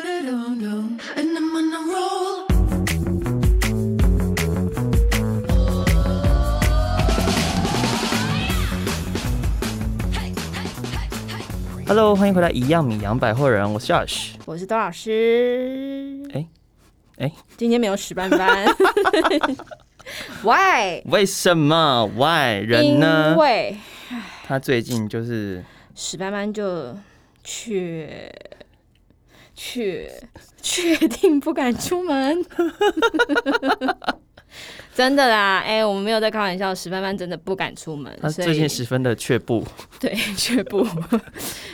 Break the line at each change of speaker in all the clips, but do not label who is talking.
And I'm on a roll.
Hello，欢迎回来，一样米阳百货人，我是 Josh。
我是多老师。
哎哎
今天没有史 班班。Why？
为什么 Why 人呢
因？为
他最近就是
史班班就确确确定不敢出 门。真的啦，哎、我们没有在开玩笑，史班班真的不敢出门，
他
所
最
以
近十分的却步，
对却步。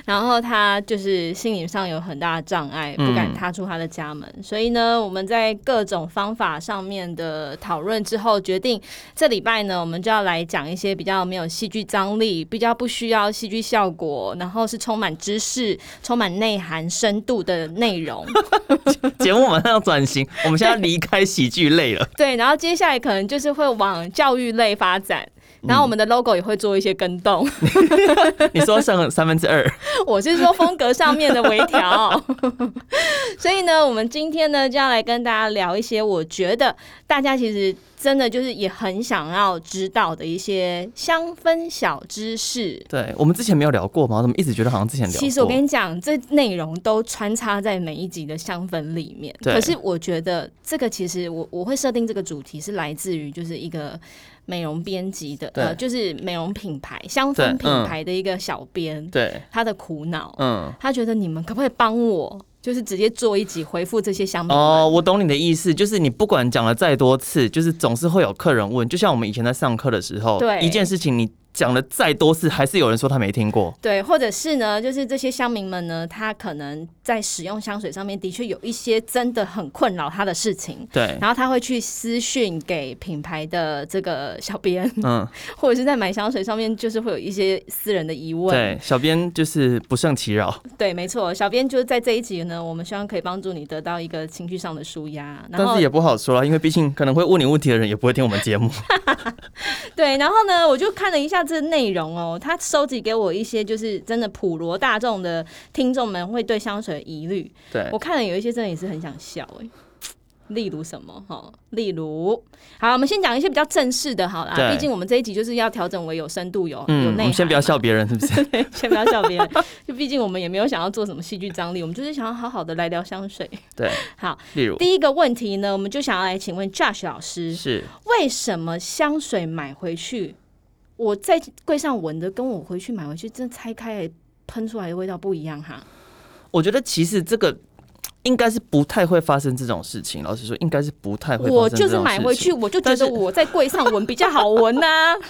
然后他就是心理上有很大的障碍，不敢
嗯
踏出他的家门。所以呢，我们在各种方法上面的讨论之后，决定这礼拜呢，我们就要来讲一些比较没有戏剧张力、比较不需要戏剧效果，然后是充满知识、充满内涵、深度的内容。
节目马上要转 型，我们现在离开喜剧类了。
对，然后接下来可能就是会往教育类发展。然后我们的 logo 也会做一些跟动，
你说剩三分之二，
我是说风格上面的微调。 所以呢，我们今天呢就要来跟大家聊一些我觉得大家其实真的就是也很想要知道的一些香氛小知识。
对我们之前没有聊过吗？我怎么一直觉得好像之前聊过？
其实我跟你讲，这内容都穿插在每一集的香氛里面。
对
可是我觉得这个其实我我会设定这个主题是来自于就是一个美容编辑的，呃，
对
就是美容品牌香
对
氛品
嗯
牌的一个小编、
对，
他的苦恼。
嗯。
他觉得你们可不可以帮我，就是直接做一集回复这些香民们？
哦，我懂你的意思，就是你不管讲了再多次，就是总是会有客人问。就像我们以前在上课的时候，
对
一件事情你讲了再多次，还是有人说他没听过。
对，或者是呢，就是这些乡民们呢，他可能在使用香水上面的确有一些真的很困扰他的事情，
对，
然后他会去私讯给品牌的这个小编，
嗯，
或者是在买香水上面就是会有一些私人的疑问。
对，小编就是不胜其扰。
对没错，小编就是在这一集呢，我们希望可以帮助你得到一个情绪上的舒压，然
但
后
是也不好说啦，因为毕竟可能会问你问题的人也不会听我们 节目。
对，然后呢，我就看了一下这内容哦，他收集给我一些就是真的普罗大众的听众们会对香水的疑虑，
对
我，看了有一些真的也是很想笑哎、例如什么哈？例如，好，我们先讲一些比较正式的好啦，
对
毕竟我们这一集就是要调整为有深度、有有
嗯，我
内涵嘛。
们先不要笑别人，是不是？
对， 先不要笑别人，就毕竟我们也没有想要做什么戏剧张力，我们就是想要好好的来聊香水。
对，
好，
例如
第一个问题呢，我们就想要来请问 Josh 老师，
是
为什么香水买回去，我在柜上闻的跟我回去买回去真的拆开来喷出来的味道不一样哈？
我觉得其实这个应该是不太会发生这种事情。老实说，应该是不太会。
我就是买回去，，我就觉
但是
得我在柜上闻比较好闻啊 呐、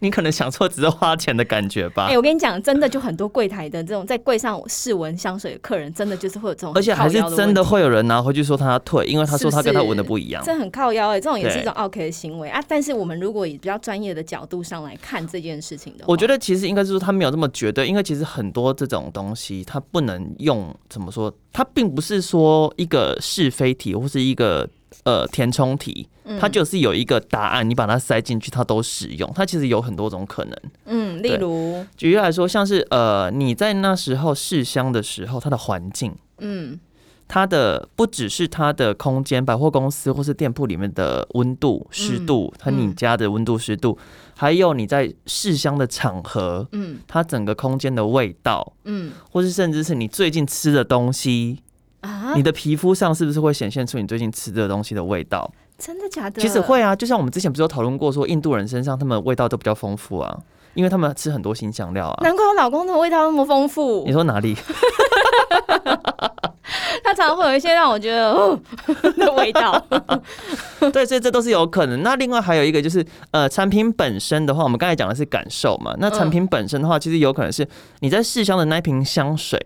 你可能想错，只是花钱的感觉吧
哎、。我跟你讲，真的就很多柜台的这种在柜上试闻香水的客人，真的就是会有这种，
而且还是真的，会有人拿回去说他要退，因为他说他跟他闻的不一样。
这很靠腰哎、这种也是一种 OK 的行为啊。但是我们如果以比较专业的角度上来看这件事情的话，
我觉得其实应该是说他没有这么绝对，因为其实很多这种东西，它不能用怎么说，它并不是说一个是非题或是一个呃填充题，
嗯
它就是有一个答案，你把它塞进去，它都适用。它其实有很多种可能。
嗯，例
对
如，
举例来说，像是呃你在那时候试香的时候，它的环境。
嗯，
它的不只是它的空间，百货公司或是店铺里面的温度、湿度，和你家的温度、湿度，还有你在试香的场合，
嗯，
它整个空间的味道，
嗯，
或是甚至是你最近吃的东西，
啊，
你的皮肤上是不是会显现出你最近吃的东西的味道？
真的假的？
其实会啊，就像我们之前不是有讨论过，说印度人身上他们味道都比较丰富啊，因为他们吃很多新香料啊。
难怪我老公的味道那么丰富
你，说哪 里？
他常常会有一些让我觉得哦 的味道。
对，所以这都是有可能。那另外还有一个就是，呃，产品本身的话，我们刚才讲的是感受嘛。
嗯
那产品本身的话，其实有可能是你在试香的那一瓶香水，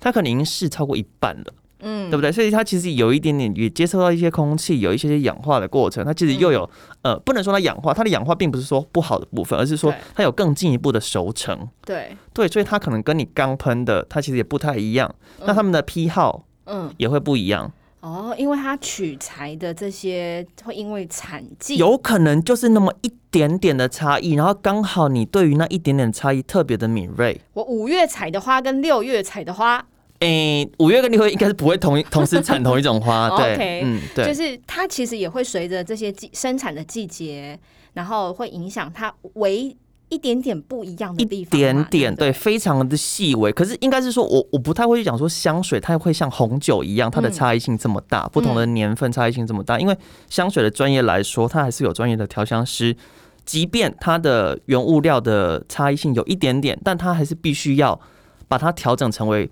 它可能已经试超过一半了，
嗯
对不对？所以它其实有一点点也接受到一些空气，有一些些氧化的过程。它其实又有、呃，不能说它氧化，它的氧化并不是说不好的部分，而是说
嗯对
它有更进一步的熟成。
对，
对，所以它可能跟你刚喷的，它其实也不太一样。那他们的批号
嗯
也会不一样。
哦，因为它取材的这些会因为产季
有可能就是那么一点点的差异，然后刚好你对于那一点点差异特别的敏锐。
我五月采的花跟六月采的花，
诶、五月跟六月应该是不会同一同时产同一种花，对
哦 OK，
嗯，对，
就是它其实也会随着这些季生产的季节，然后会影响它唯一点点不一样的
一
地方嘛，
点点，
不对
对，非常的细微。可是应该是说我我不太会去讲说香水它会像红酒一样，它
嗯
的差异性这么大，不同的年份差异性这么大。因为香水的专业来说，它还是有专业的调香师，即便它的原物料的差异性有一点点，但它还是必须要把它调整成为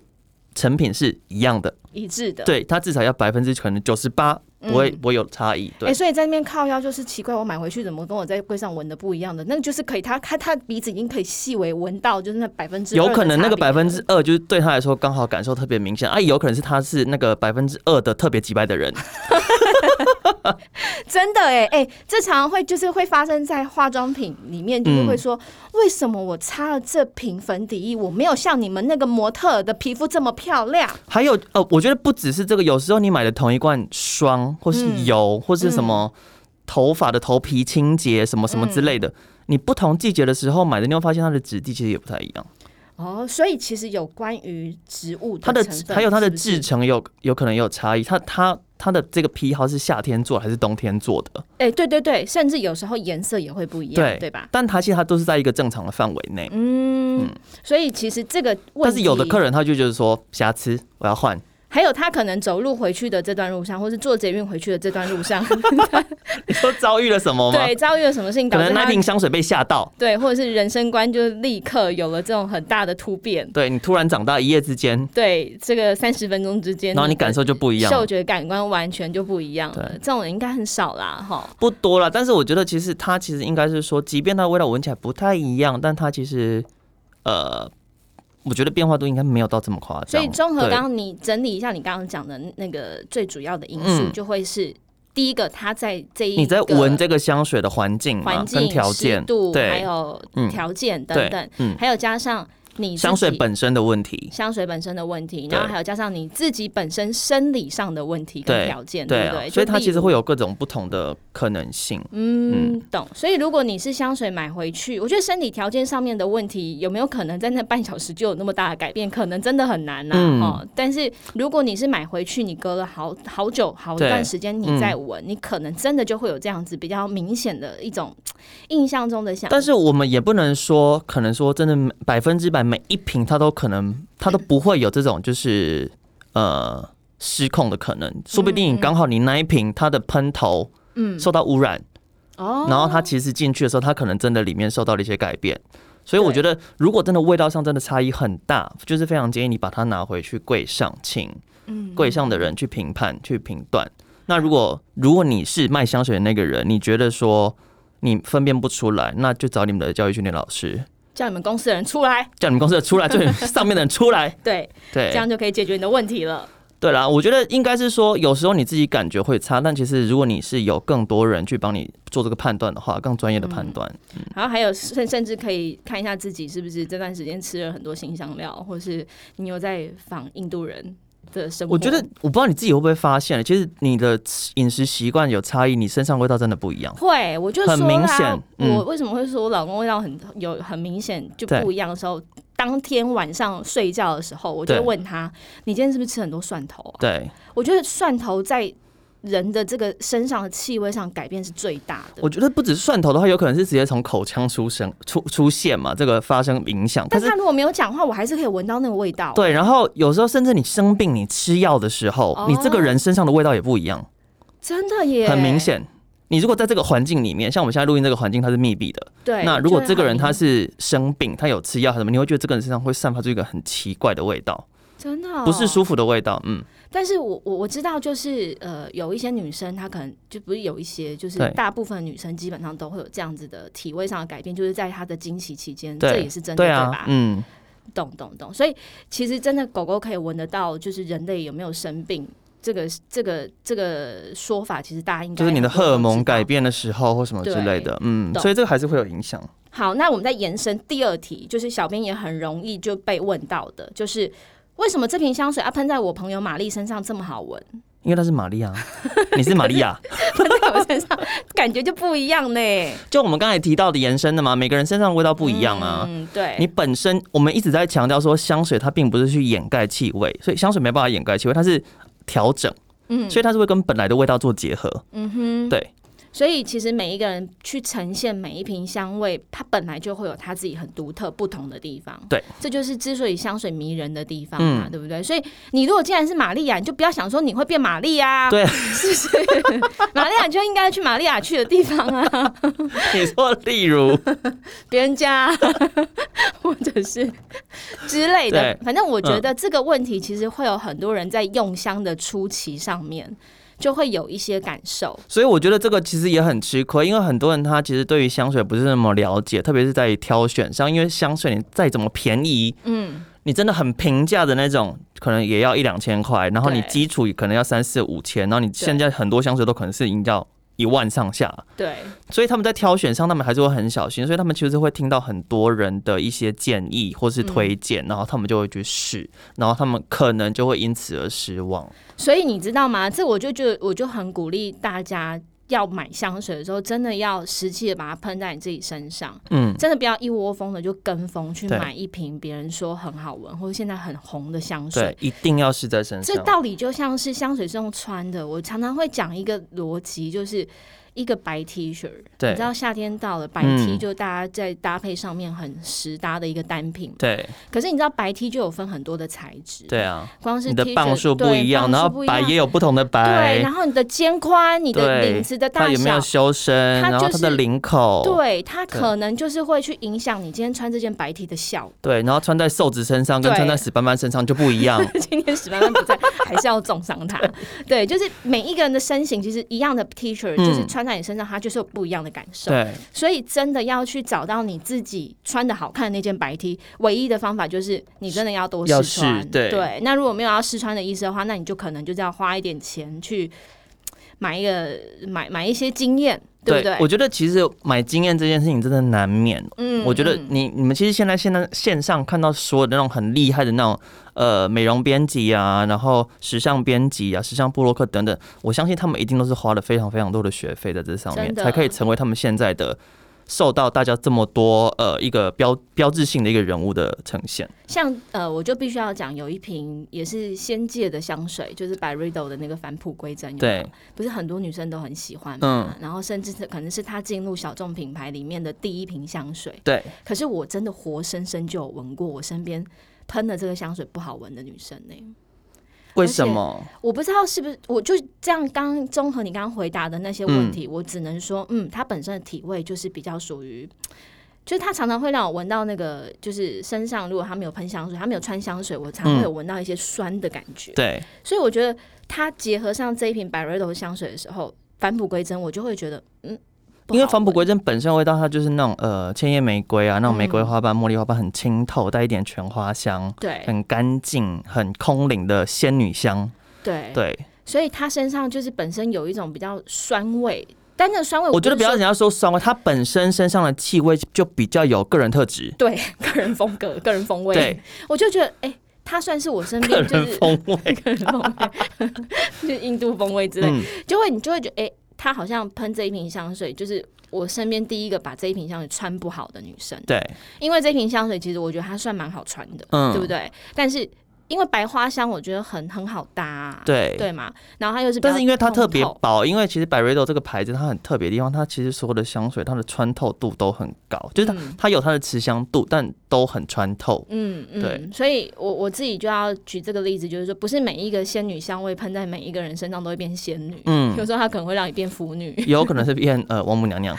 成品是一样的。
一致的。
对，它至少要百分之可能九十八不会不会有差异。
哎、
对，
所以在那边靠腰就是奇怪，我买回去怎么跟我在柜上闻的不一样的？那个就是可以，他他他鼻子已经可以细微闻到，就是那百分之
有可能那个百分之二就是对他来说刚好感受特别明显，啊，有可能是他是那个百分之二的特别击败的 人，
真的哎、哎、这常常会就是会发生在化妆品里面，就是会说、
嗯
为什么我擦了这瓶粉底液，我没有像你们那个模特儿的皮肤这么漂亮？
还有呃，我觉得不只是这个，有时候你买的同一罐霜，或是油，
嗯
或是什么头发的头皮清洁什么什么之类的，
嗯
你不同季节的时候买的，你会发现它的质地其实也不太一样，
哦，所以其实有关于植物
它的
成分
还有它的
是不是
制成有有可能也有差异，它它它的这个批号是夏天做还是冬天做的，
哎、对对对，甚至有时候颜色也会不一样，
嗯
对吧？
但它其实它都是在一个正常的范围内，
嗯，所以其实这个问
但
题，
是有的客人他就觉得说瑕疵，我要换。
还有他可能走路回去的这段路上，或是坐捷运回去的这段 路上，
你说遭遇了什么吗？
对，遭遇了什么事情
可
导致
能那
他
瓶香水被吓到，
对，或者是人生观就立刻有了这种很大的突变。
对你突然长大一夜之间，
对，这个三十分钟之间，
然后你感受就不一样
嗅
了，
觉感官完全就不一样了
对。
这种人应该很少啦，哈。
不多了。但是我觉得其实它其实应该是说，即便它味道闻起来不太一样，但它其实呃，我觉得变化度应该没有到这么夸
所
张。
以综合
对
刚刚你整理一下你刚刚讲的那个最主要的因素，
嗯
就会是第一个，他在这一
你在
个
闻这个香水的环境嘛
环，境
跟条件
湿，度，还
对
有
嗯
条件等等
对，，嗯，
还有加上你自
香水
己
本身的问题，
香水本身的问题，
对
然后还有加上你自己本身生理上的问题跟
对
条件，
对
不
啊
对？，
所以
就
它
例
其实
如
会有各种不同的可能性。
嗯，懂。所以如果你是香水买回去，我觉得生理条件上面的问题有没有可能在那半小时就有那么大的改变？可能真的很难呐、
嗯
哦，但是如果你是买回去，你隔了好好久好一
对
段时间你再闻，你可能真的就会有这样子比较明显的一种嘖印象中的想。
但是我们也不能说，可能说真的百分之百每一瓶它都可能，它都不会有这种就是呃失控的可能。说不定刚好你那一瓶它的喷头
嗯
受到污染，
哦，
然后它其实进去的时候，它可能真的里面受到了一些改变。所以我觉得，如果真的味道上真的差异很大，就是非常建议你把它拿回去柜上，请柜上的人去评判、去评断。那如果如果你是卖香水的那个人，你觉得说你分辨不出来，那就找你们的教育训练老师，
叫你们公司的人出来，
叫你们公司的出来，就上面的人出 来。
对，这
对
样就可以解决你的问题了。
对啦，我觉得应该是说，有时候你自己感觉会差，但其实如果你是有更多人去帮你做这个判断的话，更专业的判断，
然后还有甚甚至可以看一下自己是不是这段时间吃了很多新香料，或是你有在仿印度人的生活。
我觉得我不知道你自己会不会发现，其实你的饮食习惯有差异，你身上味道真的不一样。
会，我就说
很明
啦
显嗯
我为什么会说我老公味道很有很明显就
对
不一样的时候，当天晚上睡觉的时候，我就会
对
问他：“你今天是不是吃很多蒜头啊
对，？”
我觉得蒜头在人的这个身上的气味上改变是最大的。
我觉得不只是蒜头的话，有可能是直接从口腔出生出出现嘛，这个发生影响。
但
但是
他如果没有讲话，我还是可以闻到那个味道。
对，然后有时候甚至你生病，你吃药的时候，你
哦
这个人身上的味道也不一样，
真的耶，
很明。显。你如果在这个环境里面，像我们现在录音这个环境，它是密闭的。
对，
那
我
如
觉
果
得
这个
很
人
明
他是生病，他有吃药什么，你会觉得这个人身上会散发出一个很奇怪的味道，
真的哦、
不是舒服的味道。嗯，
但是我我我知道，就是呃，有一些女生她可能就不是有一些，就是
对
大部分女生基本上都会有这样子的体味上的改变，就是在她的经期期间，
对
这也是真的
对
对
啊
吧，？
嗯，
懂懂懂。所以其实真的狗狗可以闻得到，就是人类有没有生病。这个这个这个说法，其实大家应该
就是你的
很多
荷
人
尔
都知
蒙改
道
变的时候或什么之类的，嗯，
懂
所以这个还是会有影响。
好，那我们再延伸第二题，就是小编也很容易就被问到的，就是为什么这瓶香水啊喷在我朋友玛丽身上这么好闻？
因为她是玛利亚，你是玛利亚。
在我身上感觉就不一样呢。
就我们刚才提到的延伸的嘛，每个人身上的味道不一样啊。
嗯，对，
你本身我们一直在强调说，香水它并不是去掩盖气味，所以香水没办法掩盖气味，它是调整，
嗯
所以它是会跟本来的味道做结合。
嗯哼，
对。
所以其实每一个人去呈现每一瓶香味，它本来就会有它自己很独特不同的地方。
对，
这就是之所以香水迷人的地方嘛，
嗯
对不对？所以你如果既然是玛利亚，你就不要想说你会变玛利亚，
对，
是不是？ 玛利亚就应该去玛利亚去的地方 啊，
你说，例如，
别人家， 或者是之类的。
对嗯
反正我觉得这个问题其实会有很多人在用香的初期上面就会有一些感受。
所以我觉得这个其实也很吃亏，因为很多人他其实对于香水不是那么了解，特别是在于挑选上，因为香水你再怎么便宜，
嗯，
你真的很平价的那种，可能也要一两千块，然后你
对
基础可能要三四五千，然后你现在很多香水都可能是已经到一万上下，
对。
所以他们在挑选上，他们还是会很小心，所以他们其实会听到很多人的一些建议或是推荐，然后他们就会去试，然后他们可能就会因此而失望。
所以你知道吗？这我就觉得，我就很鼓励大家要买香水的时候，真的要实际的把它喷在你自己身上，
嗯，
真的不要一窝蜂的就跟风去
对
买一瓶别人说很好闻或者现在很红的香水
对。，一定要试在身上
这。道理就像是香水是用穿的，我常常会讲一个逻辑，就是一个白 T 恤，
对
你知道夏天到了，白
嗯
T 就大家在搭配上面很实搭的一个单品。
对
可是你知道白 T 就有分很多的材质，，
对啊，
光是
你的
T 恤
磅数不
对
一样，
磅
然
数
后
不一
白
样
也有不同的
对，
白
然，后你的肩宽、你的
哎对
领子的
它
大
有没有
小，
修身，
它
然后
就
它的
是
领口，
对它
对
可能就是会去影响你今天穿这件白 T 的效。
对，然后穿在瘦子身上跟
对
穿在死斑斑身上就不一样。
今天史班班不在，还是要重 伤他。对，就是每一个人的身形其实一样的 T 恤，就是
嗯
穿在你身上，它就是有不一样的感受。
对，
所以真的要去找到你自己穿的好看的那件白 T，唯一的方法就是你真的要多
要
试
试
穿。
对
那如果没有要试穿的意思的话，那你就可能就是要花一点钱去买一个买买一些经验，对不对？
我觉得其实买经验这件事情真的难免。
嗯
我觉得
嗯
你你们其实现在现在线上看到所有的那种很厉害的那种呃美容编辑啊，然后时尚编辑啊、时尚布洛克等等，我相信他们一定都是花了非常非常多的学费在这上面，
真的
才可以成为他们现在的受到大家这么多呃一个标标志性的一个人物的呈现。
像呃，我就必须要讲，有一瓶也是仙界的香水，就是 b y r i d o 的那个返璞归真，有没有
对，
不是很多女生都很喜欢嘛
嗯。
然后甚至是可能是她进入小众品牌里面的第一瓶香水。
对，
可是我真的活生生就有闻过我身边喷了这个香水不好闻的女生呢、
为
而且
什么？
我不知道是不是，我就这样刚综合你刚刚回答的那些
嗯
问题，我只能说，嗯，它本身的体味就是比较属于，就是它常常会让我闻到那个，就是身上如果它没有喷香水，它没有穿香水，我常常会
嗯
有闻到一些酸的感觉。
对，
所以我觉得它结合上这一瓶百瑞朵香水的时候，返璞归真，我就会觉得，嗯，不好
因为返璞
闻
归真本身的味道，它就是那种呃千叶玫瑰啊，那种玫
嗯
瑰花瓣、茉莉花瓣很清透，带一点全花香，
对
很干净、很空灵的仙女香。
对
对，
所以他身上就是本身有一种比较酸味，但那个酸味
我觉得不
是
要
说
人家说酸味，它本身身上的气味就比较有个人特 质。
对个人风 格、个人风味
对，
我就觉得哎、他算是我身
个
边就
人
是
风味，
个人风味， 就是印度风味之类，
嗯，
就会你就会觉得哎、他好像喷这一瓶香水，就是我身边第一个把这一瓶香水穿不好的女生，
对，
因为这瓶香水其实我觉得它算蛮好穿的，
嗯，
对不？对？但是因为白花香，我觉得很很好搭、啊，
对
对嘛，然后它又是比较
但是因为它特别
通透
薄，因为其实百瑞朵这个牌子它很特别的地方，它其实所有的香水它的穿透度都很高，就是它、
嗯
它有它的持香度，但都很穿透。
嗯嗯，
对
所以我我自己就要举这个例子，就是说，不是每一个仙女香味喷在每一个人身上都会变仙女，
嗯
有时候它可能会让你变腐女，
有可能是变呃王母娘娘，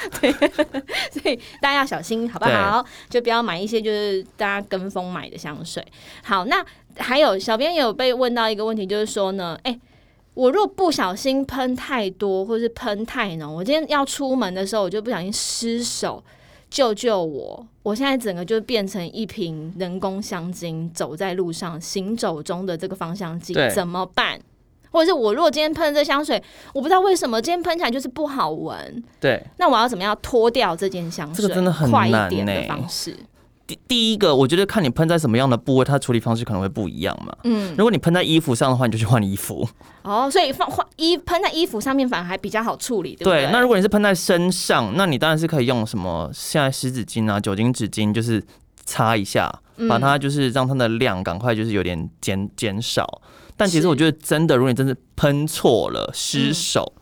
所以大家要小心，好不好？就不要买一些就是大家跟风买的香水。好，那还有小编也有被问到一个问题，就是说呢，哎、我若不小心喷太多，或是喷太浓，我今天要出门的时候，我就不小心失手，救救我！我现在整个就变成一瓶人工香精，走在路上行走中的这个芳香剂
对
怎么办？或者是我如果今天喷这香水，我不知道为什么今天喷起来就是不好闻，
对，
那我要怎么样脱掉这件香水？
这个真的很
快一
难欸
点的
呢
方式。
第第一个，我觉得看你喷在什么样的部位，它处理方式可能会不一样嘛。
嗯，
如果你喷在衣服上的话，你就去换衣服。
哦，所以放换衣喷在衣服上面反而还比较好处理，对不
那如果你是喷在身上，那你当然是可以用什么现在湿纸巾啊、酒精纸巾，就是擦一下，
嗯
把它就是让它的量赶快就是有点减减少。但其
是
实我觉得真的，如果你真的喷错了，失
嗯
手，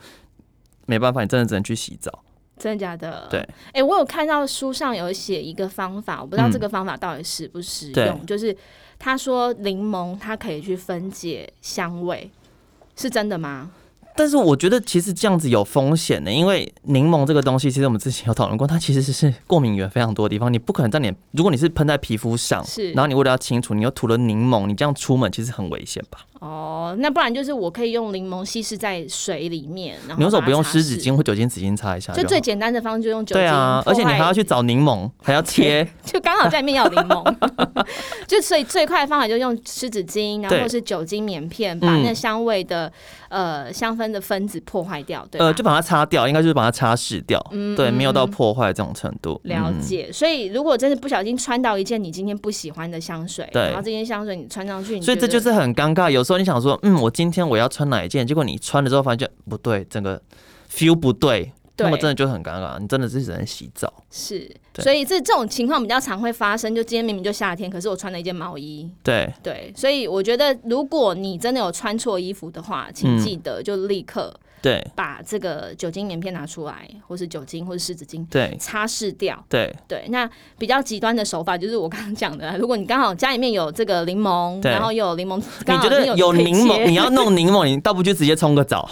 没办法，你真的只能去洗澡。
真的假的？
对
哎、我有看到书上有写一个方法，我不知道
嗯
这个方法到底实不实
对
用，就是他说柠檬它可以去分解香味，是真的吗？
但是我觉得其实这样子有风险的，因为柠檬这个东西，其实我们之前有讨论过，它其实是过敏源非常多的地方。你不可能在你如果你是喷在皮肤上，
是
然后你为了要清除，你又涂了柠檬，你这样出门其实很危险吧？
哦，那不然就是我可以用柠檬稀释在水里面，然后
你为什么
把它
不用
擦
湿纸
拭？
巾或酒精纸巾擦一下
就
好
最简单的方式就用酒精，
对啊，而且你还要去找柠檬，还要切，
就刚好在里面有柠檬， 就所以最快的方法就用湿纸巾，然后
对嗯
或是酒精棉片，把那香味的、呃香氛的分子破坏掉，对吧？
呃，就把它擦掉，应该就是把它擦拭掉。对，没有到
嗯
破坏这种程度。
了
嗯
解，所以如果真的不小心穿到一件你今天不喜欢的香水，
对
然后这件香水你穿上去，你
所以
觉
这
得
就是很尴尬。有时候你想说，嗯，我今天我要穿哪一件，结果你穿了之后发现不对，整个 feel 不对，那么
对
真的就很尴尬。你真的是只能洗澡。
是，
对
所以这这种情况比较常会发生。就今天明明就夏天，可是我穿了一件毛衣，
对，
对，所以我觉得如果你真的有穿错衣服的话，请
嗯
记得就立刻
对，
把这个酒精棉片拿出来，或是酒精或是湿纸巾
对，
擦拭掉。
对，
对，那比较极端的手法就是我刚刚讲的，如果你刚好家里面有这个柠檬，
对
然后又有柠檬，
你
刚好
觉
又
得有
可以
柠
切
檬，你要弄柠檬，你倒不去直接冲个澡？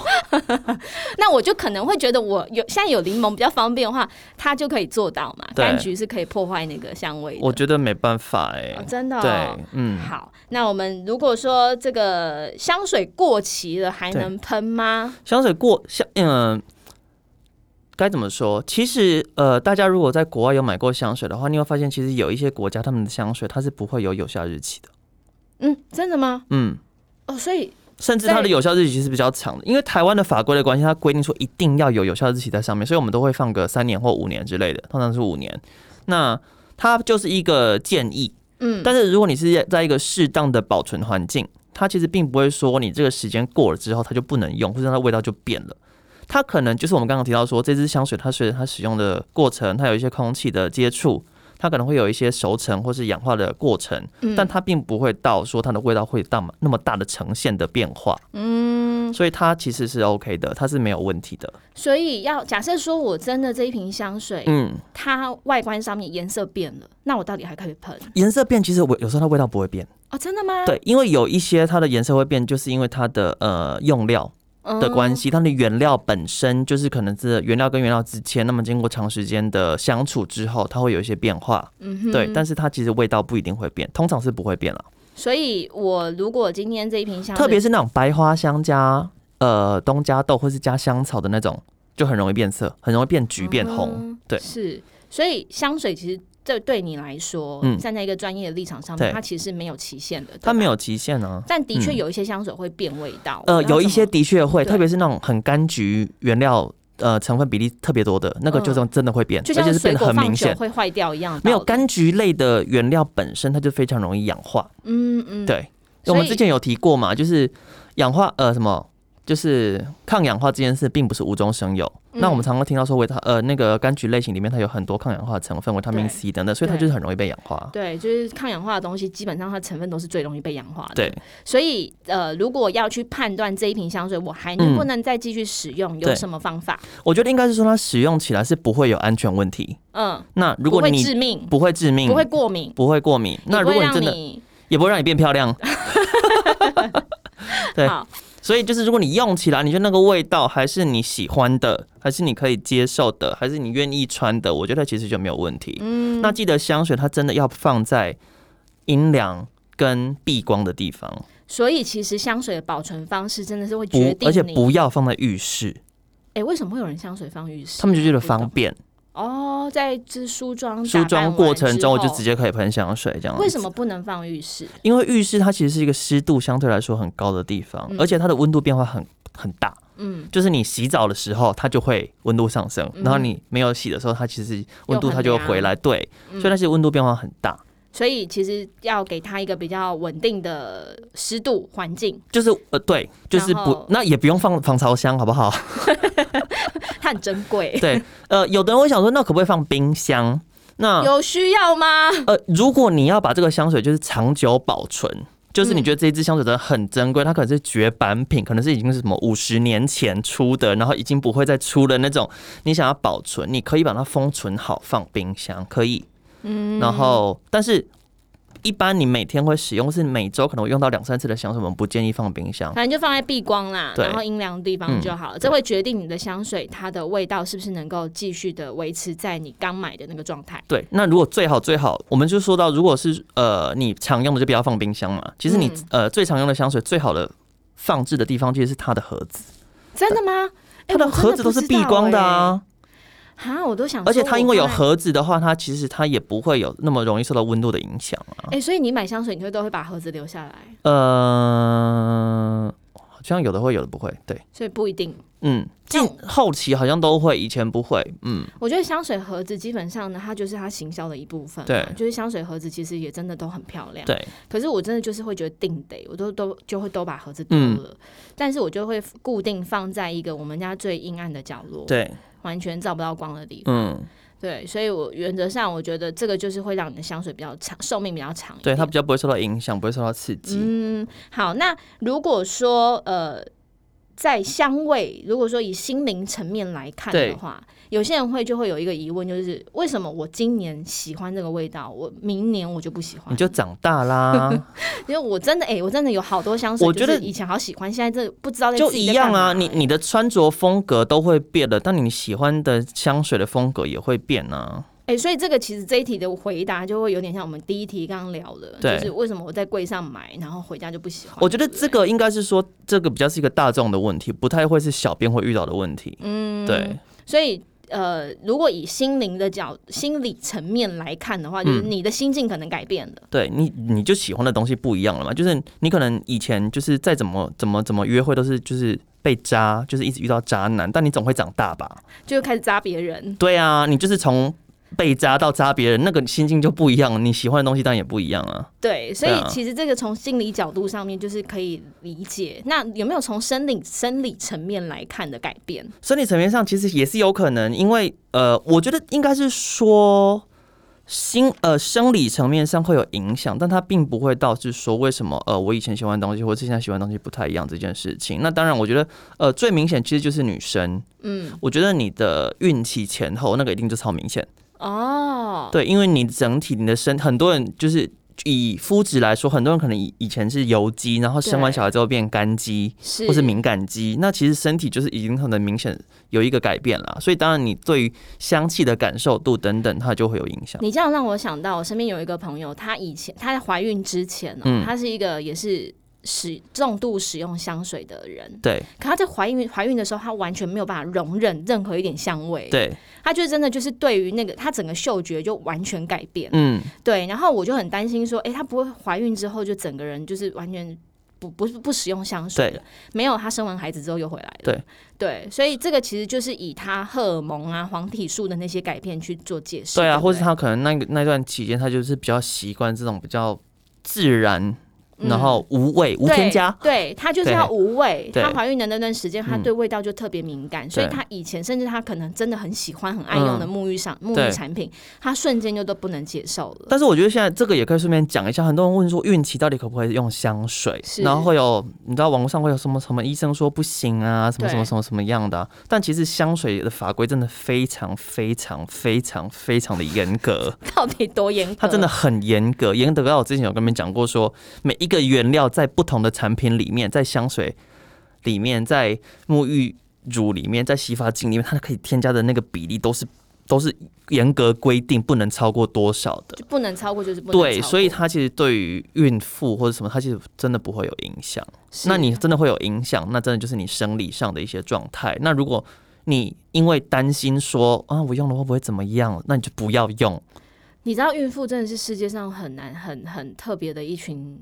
那我就可能会觉得我有现在有柠檬比较方便的话，它就可以做到嘛。
对
柑橘是可以破坏那个香味的，
我觉得没办法哎、
哦真的、哦、
对，嗯，
好，那我们如果说这个香水过期了，还
对
能喷吗？
香水过香，嗯、该怎么说？其实，呃，大家如果在国外有买过香水的话，你会发现，其实有一些国家他们的香水它是不会有有效日期的。
嗯，真的吗？
嗯，
哦，所以
甚至它的有效日期是比较长的，因为台湾的法规的关系，它规定说一定要有有效日期在上面，所以我们都会放个三年或五年之类的，通常是五年。那它就是一个建议，
嗯，
但是如果你是在一个适当的保存环境，它其实并不会说你这个时间过了之后它就不能用，或者它味道就变了。它可能就是我们刚刚提到说，这支香水它随着它使用的过程，它有一些空气的接触，它可能会有一些熟成或是氧化的过程，但它并不会到说它的味道会大嘛那么大的呈现的变化。嗯，所以它其实是 OK 的，它是没有问题的。
所以要假设说我真的这一瓶香水，
嗯，
它外观上面颜色变了，那我到底还可以喷？
颜色变其实我有时候它味道不会变，
哦，真的吗？
对，因为有一些它的颜色会变，就是因为它的呃用料。
嗯
的关系，它的原料本身就是可能是原料跟原料之间，那么经过长时间的相处之后，它会有一些变化，
嗯哼
对，但是它其实味道不一定会变，通常是不会变了，
所以我如果今天这一瓶香水，
特别是那种白花香加呃东加豆或是加香草的那种，就很容易变色，很容易变橘变红，
嗯
对
是，所以香水其实这对你来说，
嗯
站在一个专业的立场上面，
对
它其实是没有期限的，对
它没
吧。
有极限啊。
但的确
嗯
有一些香水会变味道，
呃，
啊我不知道
有一些
怎么
的确会，
对
特别是那种很柑橘原料呃成分比例特别多的那个，就
嗯
是真的会变，
就
而且
像
是
水
变得
果
很
放
明
久
显。
会坏掉一样，
没有，柑橘类的原料本身它就非常容易氧化，
嗯嗯，
对，
所
我
以
们之前有提过嘛，就是氧化呃什么，就是抗氧化这件事并不是无中生有。
嗯
那我们常常听到说维他呃那个柑橘类型里面它有很多抗氧化的成分，维他
对
命 C 等等，所以它
对
就是很容易被氧化。
对，就是抗氧化的东西，基本上它成分都是最容易被氧化的，
对，
所以呃，如果要去判断这一瓶香水我还能不
嗯
能再继续使用，有
对
什么方法？
我觉得应该是说它使用起来是不会有安全问题。
嗯，
那如果
不会
你
致命，
不会致命，
不会过敏，
不会过敏，那
也
如
不会
果你
让
真的
你
也不会让你变漂亮， 对
好，
所以就是如果你用起来，你觉得那个味道还是你喜欢的，还是你可以接受的，还是你愿意穿的，我觉得其实就没有问题。嗯，那记得香水它真的要放在阴凉跟避光的地方，
所以其实香水的保存方式真的是会决
不
定
而且
你
不要放在浴室，
哎、为什么会有人香水放浴室？
他们就觉得
啊不懂
方便。
哦，在这梳妆
梳妆过程中我就直
接
接可以喷香水这样子。
为什么不能放浴室？
因为浴室它其实是一个湿度相对来说很高的地方，而且它的温度变化很很大。
嗯，
就是你洗澡的时候，它就会温度
啊嗯
上升，然后你没有洗的时候，它其实温度它就会回来，对，所以那些温度变化很大。
所以其实要给它一个比较稳定的湿度环境，
就是呃，对，就是
然
不
后，
那也不用放防潮箱，好不好？
它很珍贵。
对，呃，有的人会想说，那可不可以放冰箱？那
有需要吗？
呃，如果你要把这个香水就是长久保存，就是你觉得这支香水真的很珍贵，它可能是绝版品，可能是已经是什么五十年前出的，然后已经不会再出的那种，你想要保存，你可以把它封存好，放冰箱可以。嗯，然后但是。一般你每天会使用，是每周可能会用到两三次的香水，我们不建议放冰箱。
反正就放在避光啦，
对嗯
然后阴凉的地方就好了。这会决定你的香水它的味道是不是能够继续的维持在你刚买的那个状态。
对，那如果最好最好，我们就说到，如果是呃你常用的就不要放冰箱嘛。其实你、呃最常用的香水最好的放置的地方其实是它的盒子，
真的吗？哎
它的盒子都是避光的。啊。
我真的不知道欸哈，我都想说我
而
放在，
且它因为有盒子的话，它其实它也不会有那么容易受到温度的影响啊。
哎、所以你买香水，你会都会把盒子留下来，嗯
呃，好像有的会，有的不会。对，
所以不一定。
嗯，
但
近后期好像都会，以前不会。嗯，
我觉得香水盒子基本上呢，它就是它行销的一部分嘛。啊
对
就是香水盒子其实也真的都很漂亮。
对，
可是我真的就是会觉得定得，我都都就会都把盒子丢了，
嗯
但是我就会固定放在一个我们家最阴暗的角落，，
对，
完全照不到光的地方。
嗯，
对，所以我原则上我觉得这个就是会让你的香水比较长，寿命比较长一
对，
点。
它比较不会受到影响，不会受到刺激。
嗯，好，那如果说呃，在香味，如果说以心灵层面来看
对
的话，有些人会就会有一个疑问，就是为什么我今年喜欢这个味道，我明年我就不喜欢？
你就长大 啦。
因为我真的哎、我真的有好多香水，
我觉得
就是以前好喜欢，现在这不知道在
就
自己
一
在
样啊，
干嘛哎
你你的穿着风格都会变了，但你喜欢的香水的风格也会变啊。
哎、所以这个其实这一题的回答就会有点像我们第一题刚刚聊的，
对
就是为什么我在柜上买，然后回家就不喜欢。
我觉得
对不对
这个应该是说，这个比较是一个大众的问题，不太会是小编会遇到的问题。嗯，对，
所以呃，如果以心灵的角、心理层面来看的话，就是
嗯
你的心境可能改变了。
对你你就喜欢的东西不一样了嘛，就是你可能以前就是再怎么怎么怎么约会都是就是被渣，就是一直遇到渣男，但你总会长大吧？
就开始扎别人。
对啊，你就是从被渣到渣别人，那个心境就不一样，你喜欢的东西当然也不一样啊。
对，所以
对啊
其实这个从心理角度上面就是可以理解。那有没有从生理生理层面来看的改变？
生理层面上其实也是有可能，因为呃，我觉得应该是说心呃生理层面上会有影响，但它并不会导致说为什么呃我以前喜欢的东西或者现在喜欢的东西不太一样这件事情。那当然，我觉得呃最明显其实就是女生，嗯，我觉得你的孕期前后那个一定就超明显，
哦，
对，因为你整体你的身，很多人就是。以肤质来说，很多人可能以以前是油肌，然后生完
对
小孩之后变干肌，
是
或是敏感肌，那其实身体就是已经很能明显有一个改变了，所以当然你对于香气的感受度等等，它就会有影响。
你这样让我想到，我身边有一个朋友，她以前她在怀孕之前哦、
嗯
她是一个也是使重度使用香水的人，
对
可她在怀孕怀孕的时候，她完全没有办法容忍任何一点香味，
对，
她就真的就是对于那个她整个嗅觉就完全改变，
嗯，
对，然后我就很担心说，哎、她不会怀孕之后就整个人就是完全。不不不使用香水
对
了，没有，她生完孩子之后又回来了。
对
对，所以这个其实就是以她荷尔蒙啊、黄体素的那些改变去做解释。
对啊，
不
或是他可能那个那段期间，他就是比较习惯这种比较自然，然后无味、无
对
添加。
对她就是要无味。
对
她怀孕的那段时间，她
嗯
对味道就特别敏感，所以
对
她以前甚至她可能真的很喜欢、很爱用的沐浴上、沐
对
浴产品，她瞬间就都不能接受了。
但是我觉得现在这个也可以顺便讲一下，很多人问说孕期到底可不可以用香水，
是
然后会有你知道网络上会有什么什么医生说不行啊，什么
对
什么什么什么样的啊、但其实香水的法规真的非常非常非常非常的严格。
到底多严格？
它真的很严格，严格到我之前有跟你们讲过说每一个原料在不同的产品里面，在香水里面，在沐浴乳里面，在洗发精里面，它可以添加的那个比例都是都是严格规定不能超过多少的。
就不能超过，就是不能
对，
超过
所以它其实对于孕妇或者什么，它其实真的不会有影响。
是
那你真的会有影响，那真的就是你生理上的一些状态。那如果你因为担心说啊，我用了会不会怎么样，那你就不要用。
你知道孕妇真的是世界上很难、很很特别的一群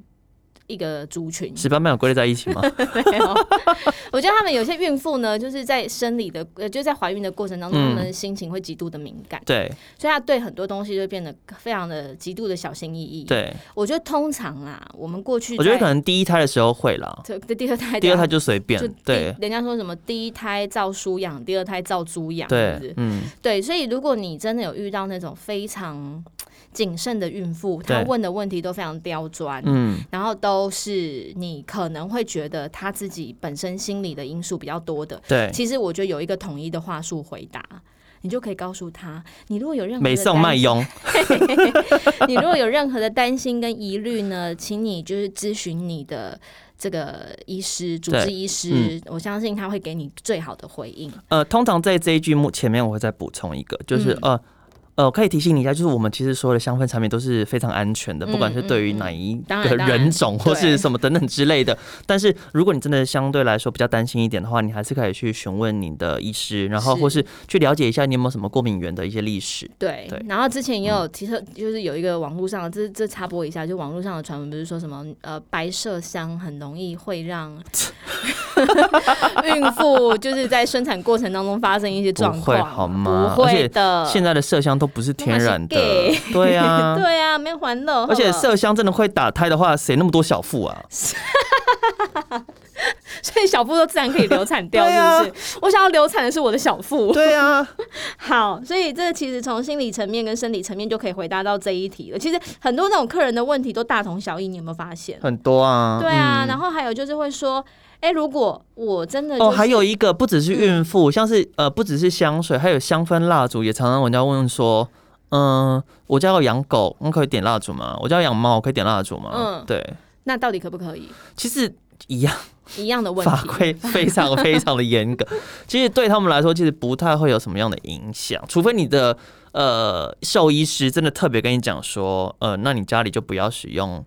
一个族群。
十八脉有归类在一起吗？
没有， 我觉得他们有些孕妇呢，就是在生理的，呃，就是在怀孕的过程当中，
嗯
他们的心情会极度的敏感，
对
所以她对很多东西就变得非常的极度的小心翼翼。，
对，
我觉得通常啦，我们过去
我觉得可
在
能第一胎的时候会啦，
这这第二胎，
第二胎就随便
就，
对
第人家说什么第一胎照书养，第二胎照猪养，是不
对
是，
嗯，
对，所以如果你真的有遇到那种非常谨慎的孕妇，她
对
问的问题都非常刁钻，
嗯，
然后都是你可能会觉得她自己本身心理的因素比较多的，
对，
其实我觉得有一个统一的话术回答。你就可以告诉她，你如果有任何的
美颂卖
担心，
佣，
你如果有任何的担心跟疑虑呢，请你就是咨询你的这个医师、主治
对
医师，
嗯
我相信他会给你最好的回应。
呃，通常在这一句目前面我会再补充一个，就是、
嗯
呃。呃，我可以提醒你一下，就是我们其实所有的香氛产品都是非常安全的，
嗯
不管是对于
嗯嗯
哪一
当
个
然当然
人种或
对
是什么等等之类的。但是如果你真的相对来说比较担心一点的话，你还是可以去询问你的医师，然后
是
或是去了解一下你有没有什么过敏源的一些历史。
对，
对嗯
然后之前也有提出，就是有一个网络上，这这插播一下，就网络上的传闻，不是说什么呃白麝香很容易会 让孕妇就是在生产过程当中发生一些状
不会
况，
好吗
不
而
会
且
的，
现在的麝香都不是天然的
那么是，
对啊，
对啊，没有还乐，
而且
好不好
麝香真的会打胎的话，谁那么多小腹啊？
所以小腹都自然可以流产掉，
对啊
是不是？我想要流产的是我的小腹，
对啊，
好，所以这其实从心理层面跟生理层面就可以回答到这一题了。其实很多那种客人的问题都大同小异，你有没有发现？
很多啊。
对啊，
嗯
然后还有就是会说，哎、如果我真的、就是、嗯
哦，还有一个不只是孕妇，像是呃，不只是香水，还有香氛蜡烛，也常常人家问说，嗯，我家有养狗，我可以点蜡烛吗？我家有养猫，我可以点蜡烛吗？
嗯
对，
那到底可不可以？
其实一样，
一样的问
法
题，
规 非常非常的严格，其实对他们来说，其实不太会有什么样的影响，除非你的呃兽医师真的特别跟你讲说，呃，那你家里就不要使用。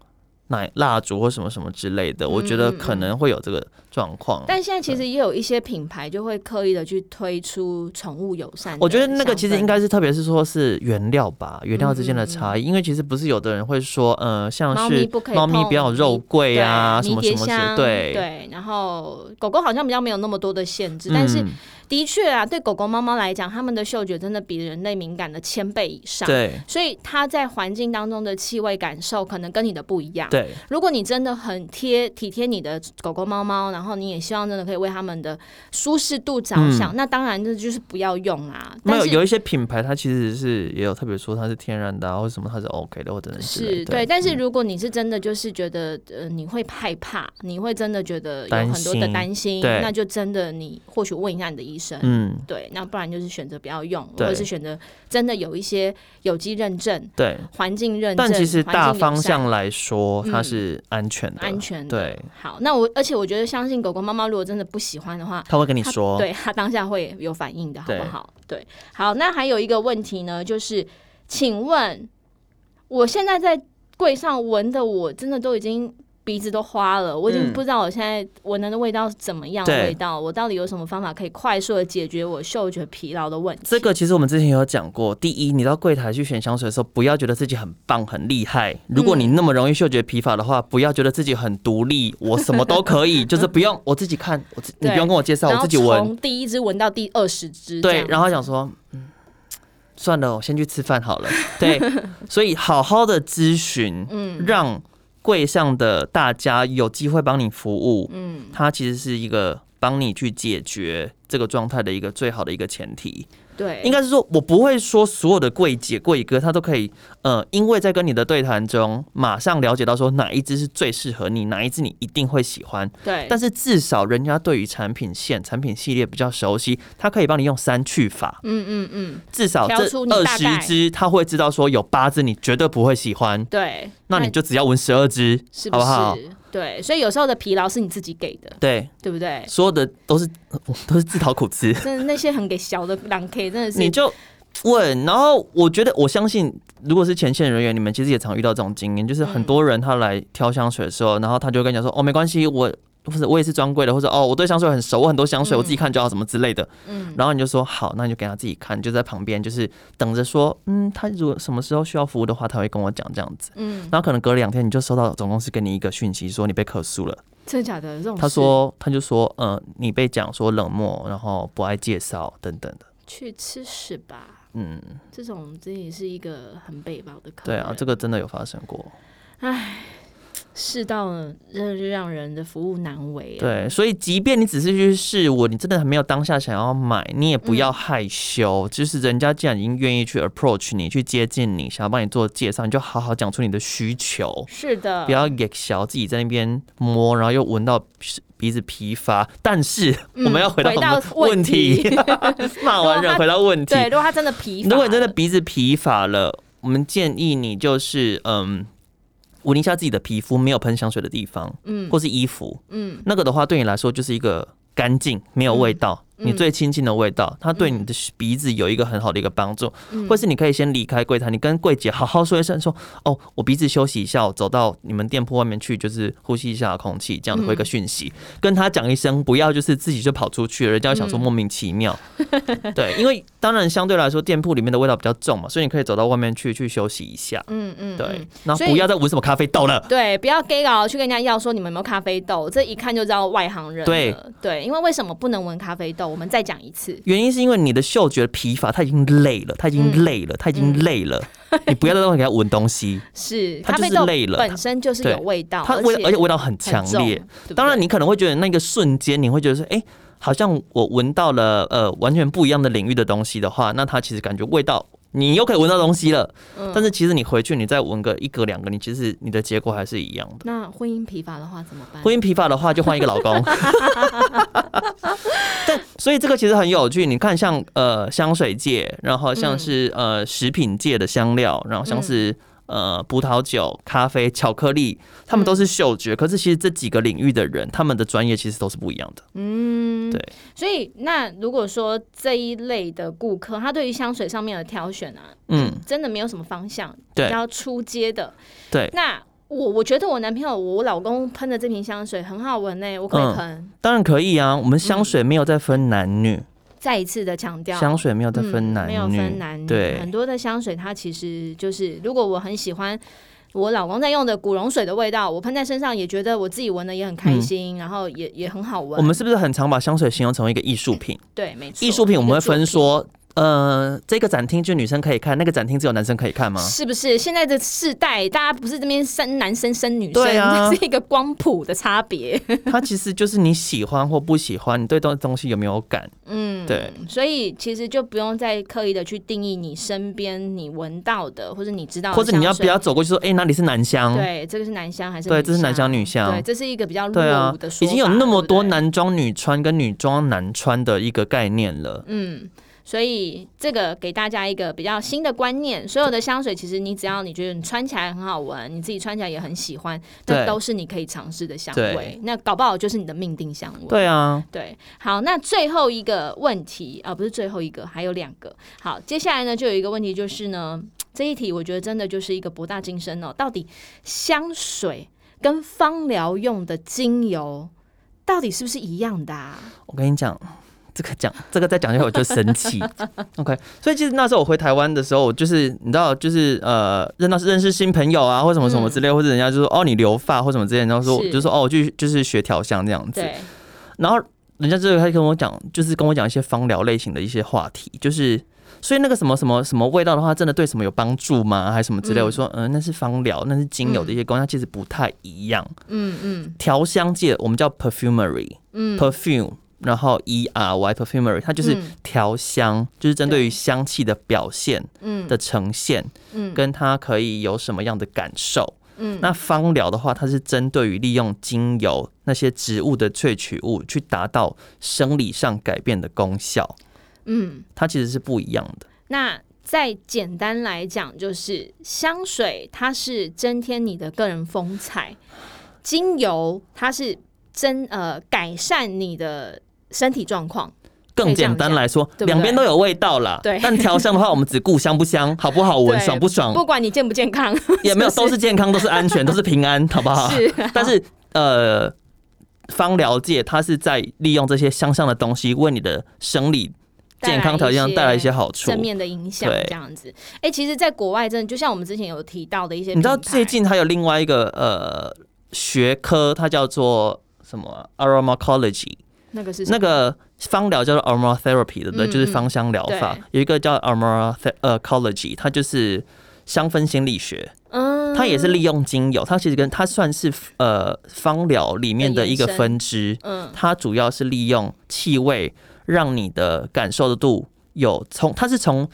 奶蜡烛或什么什么之类的，我觉得
嗯嗯
可能会有这个状况。
但现在其实也有一些品牌就会刻意的去推出宠物友善的香氛。
我觉得那个其实应该是，特别是说是原料吧，原料之间的差异，因为其实不是有的人会说，呃，像
嗯猫咪
是
不可以
猫咪
碰
比较有肉桂
对
啊，什
迷
么什
迭
么之
香，
对，
对，然后狗狗好像比较没有那么多的限制，但是
嗯
的确啊，对狗狗、猫猫来讲，它们的嗅觉真的比人类敏感的千倍以上。
对
所以它在环境当中的气味感受可能跟你的不一样。
对
如果你真的很贴体贴你的狗狗、猫猫，然后你也希望真的可以为它们的舒适度着想，那当然这就是不要用啦。
嗯没
但
有
是
有一些品牌它其实是也有特别说它是天然的啊，或者什么它是 OK 的，或者之类
是
的嗯
对，但是如果你是真的就是觉得呃你会害怕，你会真的觉得有
担
很多的
心
担心，
对
那就真的你或许问一下你的医生。
嗯
对，那不然就是选择不要用，或
对
者是选择真的有一些有机认证、
对。
环境认证，
但其实
环
大
境友
方
善
向来说，它
嗯
是安全的，
安全的。
对，
好，那我而且我觉得，相信狗狗、猫猫如果真的不喜欢的话，
他会跟你
它
说，
对它当下会有反应的，好
哦对
不好？对，好，那还有一个问题呢，就是，请问我现在在柜上闻的，我真的都已经。鼻子都花了，我已经
嗯
不知道我现在闻的那味道是怎么样的
对
味道，我到底有什么方法可以快速的解决我嗅觉疲劳的问题？
这个其实我们之前有讲过，第一，你到柜台去选香水的时候，不要觉得自己很棒很厉害。如
嗯
果你那么容易嗅觉疲乏的话，不要觉得自己很独立，我什么都可 以，就是不用我自己看，我自你
对
不用跟我介绍，
然
我
后
自己
从
闻。
第一支闻到第二十支这样
对
子，，
然后想说，嗯，算了，我先去吃饭好了。 对，所以好好的咨询，嗯，让柜上的大家有机会帮你服务，嗯，它其实是一个帮你去解决这个状态的一个最好的一个前提。
对，
应该是说，我不会说所有的柜姐、柜哥他都可以，呃，因为在跟你的对谈中，马上了解到说哪一支是最适合你，哪一支你一定会喜欢。
对，
但是至少人家对于产品线、产品系列比较熟悉，他可以帮你用删去法。
嗯嗯嗯，
至少这
挑出你
二
大概
十支，他会知道说有八支你绝对不会喜欢，
对，
那你就只要闻十二支，
是
好
不是？
好？
对，所以有时候的疲劳是你自己给的，
对，
对 不对？
所有的都是都是自讨苦吃。
真的那些很给小的狼 K 真的是
你就问。然后我觉得，我相信，如果是前线人员，你们
嗯
其实也常遇到这种经验，就是很多人他来挑香水的时候，然后他就跟你讲说：“哦，没关系，我或者我也是专柜的，或者哦我对香水很熟，我很多香水我自己看就好什么之类的，
嗯，
然后你就说好，那你就给他自己看，就在旁边就是等着说，嗯，他如果什么时候需要服务的话，他会跟我讲这样子。
嗯，
然后可能隔两天你就收到总公司给你一个讯息，说你被客诉了。
真的假的？这种
他
事
说，他就说，呃，你被讲说冷漠，然后不爱介绍等等的。
去吃屎吧，
嗯，
这种这也是一个很北方的客
对
人。
啊，这个真的有发生过。
世道呢真的是让人的服务难为、啊。，
对，所以即便你只是去试我，你真的没有当下想要买，你也不
嗯
要害羞。就是人家既然已经愿意去 approach 你，去接近你，想要帮你做介绍，你就好好讲出你的需求，
是的，
不要也小自己在那边摸，然后又闻到鼻鼻子疲乏。但是
嗯
我们要回到
回
我
到
们问题， 骂完人回到问题。
对，啊如果他真的疲乏了，
如果你真的鼻子疲乏了，我们建议你就是嗯，闻一下自己的皮肤没有喷香水的地方，
嗯
或是衣服，
嗯
那个的话对你来说就是一个干净、没有味道，
嗯
你最亲近的味道，它对你的鼻子有一个很好的一个帮助。
嗯
或是你可以先离开柜台，你跟柜姐好好说一声，说哦，我鼻子休息一下，我走到你们店铺外面去，就是呼吸一下空气，这样子
嗯
回个讯息，跟他讲一声，不要就是自己就跑出去了，人家会
嗯
想说莫名其妙。 对，因为当然相对来说，店铺里面的味道比较重嘛，所以你可以走到外面去去休息一下。
嗯嗯，
对
嗯，
然后
所以
不要再闻什么咖啡豆了。
对，不要 gay 搞去跟人家要说你们有没有咖啡豆，这一看就知道外行人了。
对
对，因为为什么不能闻咖啡豆？我们再讲一次，
原因是因为你的嗅觉疲乏，它已经累了，它已
嗯
经累了，它已经累了。你不要再让给它闻东 西，
是
它
咖
就是
啡豆
累了
本身就是
对
有味道，
它味而且味道很
哦很
强
重
烈。，
对不
当然，
对
你可能会觉得那个瞬间，你会觉得说，哎、好像我闻到了呃完全不一样的领域的东西的话，那它其实感觉味道，你又可以闻到东西了。
嗯
但是其实你回去，你再闻个一个两个，你其实你的结果还是一样的。
那婚姻疲乏的话怎么办？
婚姻疲乏的话，就换一个老公。 但所以这个其实很有趣。你看像，呃香水界，然后
嗯
像是、呃食品界的香料，然后像是、呃葡萄酒、咖啡、巧克力，他们都
嗯
是嗅觉。可是其实这几个领域的人，他们的专业其实都是不一样的。
嗯，
对。
所以，那如果说这一类的顾客，他对于香水上面的挑选啊，
嗯，
真的没有什么方向，
对
比较出街的。
对。
那我我觉得我男朋友，我老公喷的这瓶香水很好闻呢、欸我可以
嗯
喷。
当然可以啊，我
嗯
们香水没有在分男女，
再一次的强调，
香水没有在
嗯
分男
没有
女，
分男女，很
对
多的香水它其实就是，如果我很喜欢。我老公在用的古龙水的味道，我喷在身上也觉得我自己闻的也很开心，然后也也很好闻。
我们是不是很常把香水形容成为一个艺术品？
对，没错，
艺术品我们会分
一个
说，呃，这个展厅就女生可以看，那个展厅只有男生可以看吗
作品，？是不是？现在的世代，大家不是这边生男生生女生，
对啊
这是一个光谱的差 别。
它其实就是你喜欢或不喜欢，你对东东西有没有感？
嗯，
对，
所以其实就不用再刻意的去定义你身边你闻到的，或者你知道的
或者你要
香
不
水
要走过去说，哎、哪里是男香？
对，这个是男香还是
对
女
这是男香女
对，
香
这是一个比较
对
落
啊
伍的，说法，
已经有那么
对不
多
对。
男装女穿跟女装男穿的一个概念了。
嗯，所以这个给大家一个比较新的观念，所有的香水其实你只要你觉得你穿起来很好闻，你自己穿起来也很喜欢，那
对
都是你可以尝试的香
对
味。那搞不好就是你的命定香味。
对啊，
对，好，那最后一个问题啊、不是最后一个，还有两个。好，接下来呢，就有一个问题就是呢，这一题我觉得真的就是一个博大精深哦。到底香水跟芳疗用的精油到底是不是一样的、啊？
我跟你讲，这个讲这个再讲下去我就生气。OK，所以其实那时候我回台湾的时候，我就是你知道，就是呃，认到认识新朋友啊，或什么什么之类，或者人家就说哦你留发或什么之类，然后说
是
就说哦我去就是学调香这样子，
对，
然后人家就开始跟我讲，就是跟我讲一些芳疗类型的一些话题，就是。所以那个什么什么什么味道的话，真的对什么有帮助吗？还是什么之类？
嗯
我说，嗯、那是芳疗，那是精油的一些功效，它其实不太一样。
嗯嗯
调香界我们叫 perfumery，
嗯
perfume，然后 E R Y perfumery，它就是
嗯
调香，就是针对于香气的表现
嗯
的呈现，
嗯
跟它可以有什么样的感受。
嗯
那芳疗的话，它是针对于利用精油那些植物的萃取物去达到生理上改变的功效，
嗯，
它其实是不一样的。
那。再简单来讲，就是香水它是增添你的个人风采，精油它是增呃改善你的身体状况。
更简单来说，
对不对
两边都有味道啦。
对
但调香的话，我们只顾香不香，好不好闻，
对
爽不爽，
不管你健不 健康，
也没有
是不
啊 都是健康，都是安全，都是平安，好不好？
是
但是呃，芳疗界它是在利用这些相像的东西，为你的生理健康条件上带来一些好处
正。面的影响，
对
这样子。哎、其实，在国外真的就像我们之前有提到的一些，
你知道最近还有另外一个呃学科，它叫做什么啊 aromatology，
那个是什么
那个芳疗叫做 aromatherapy，对不对？
嗯
就是芳香疗法
对。
有一个叫 aromatology，它就是香氛心理学，
嗯，
它也是利用精油，它其实跟它算是呃芳疗里面的一个
的延伸
分支，
嗯
它主要是利用气味让你的感受度有从，它是从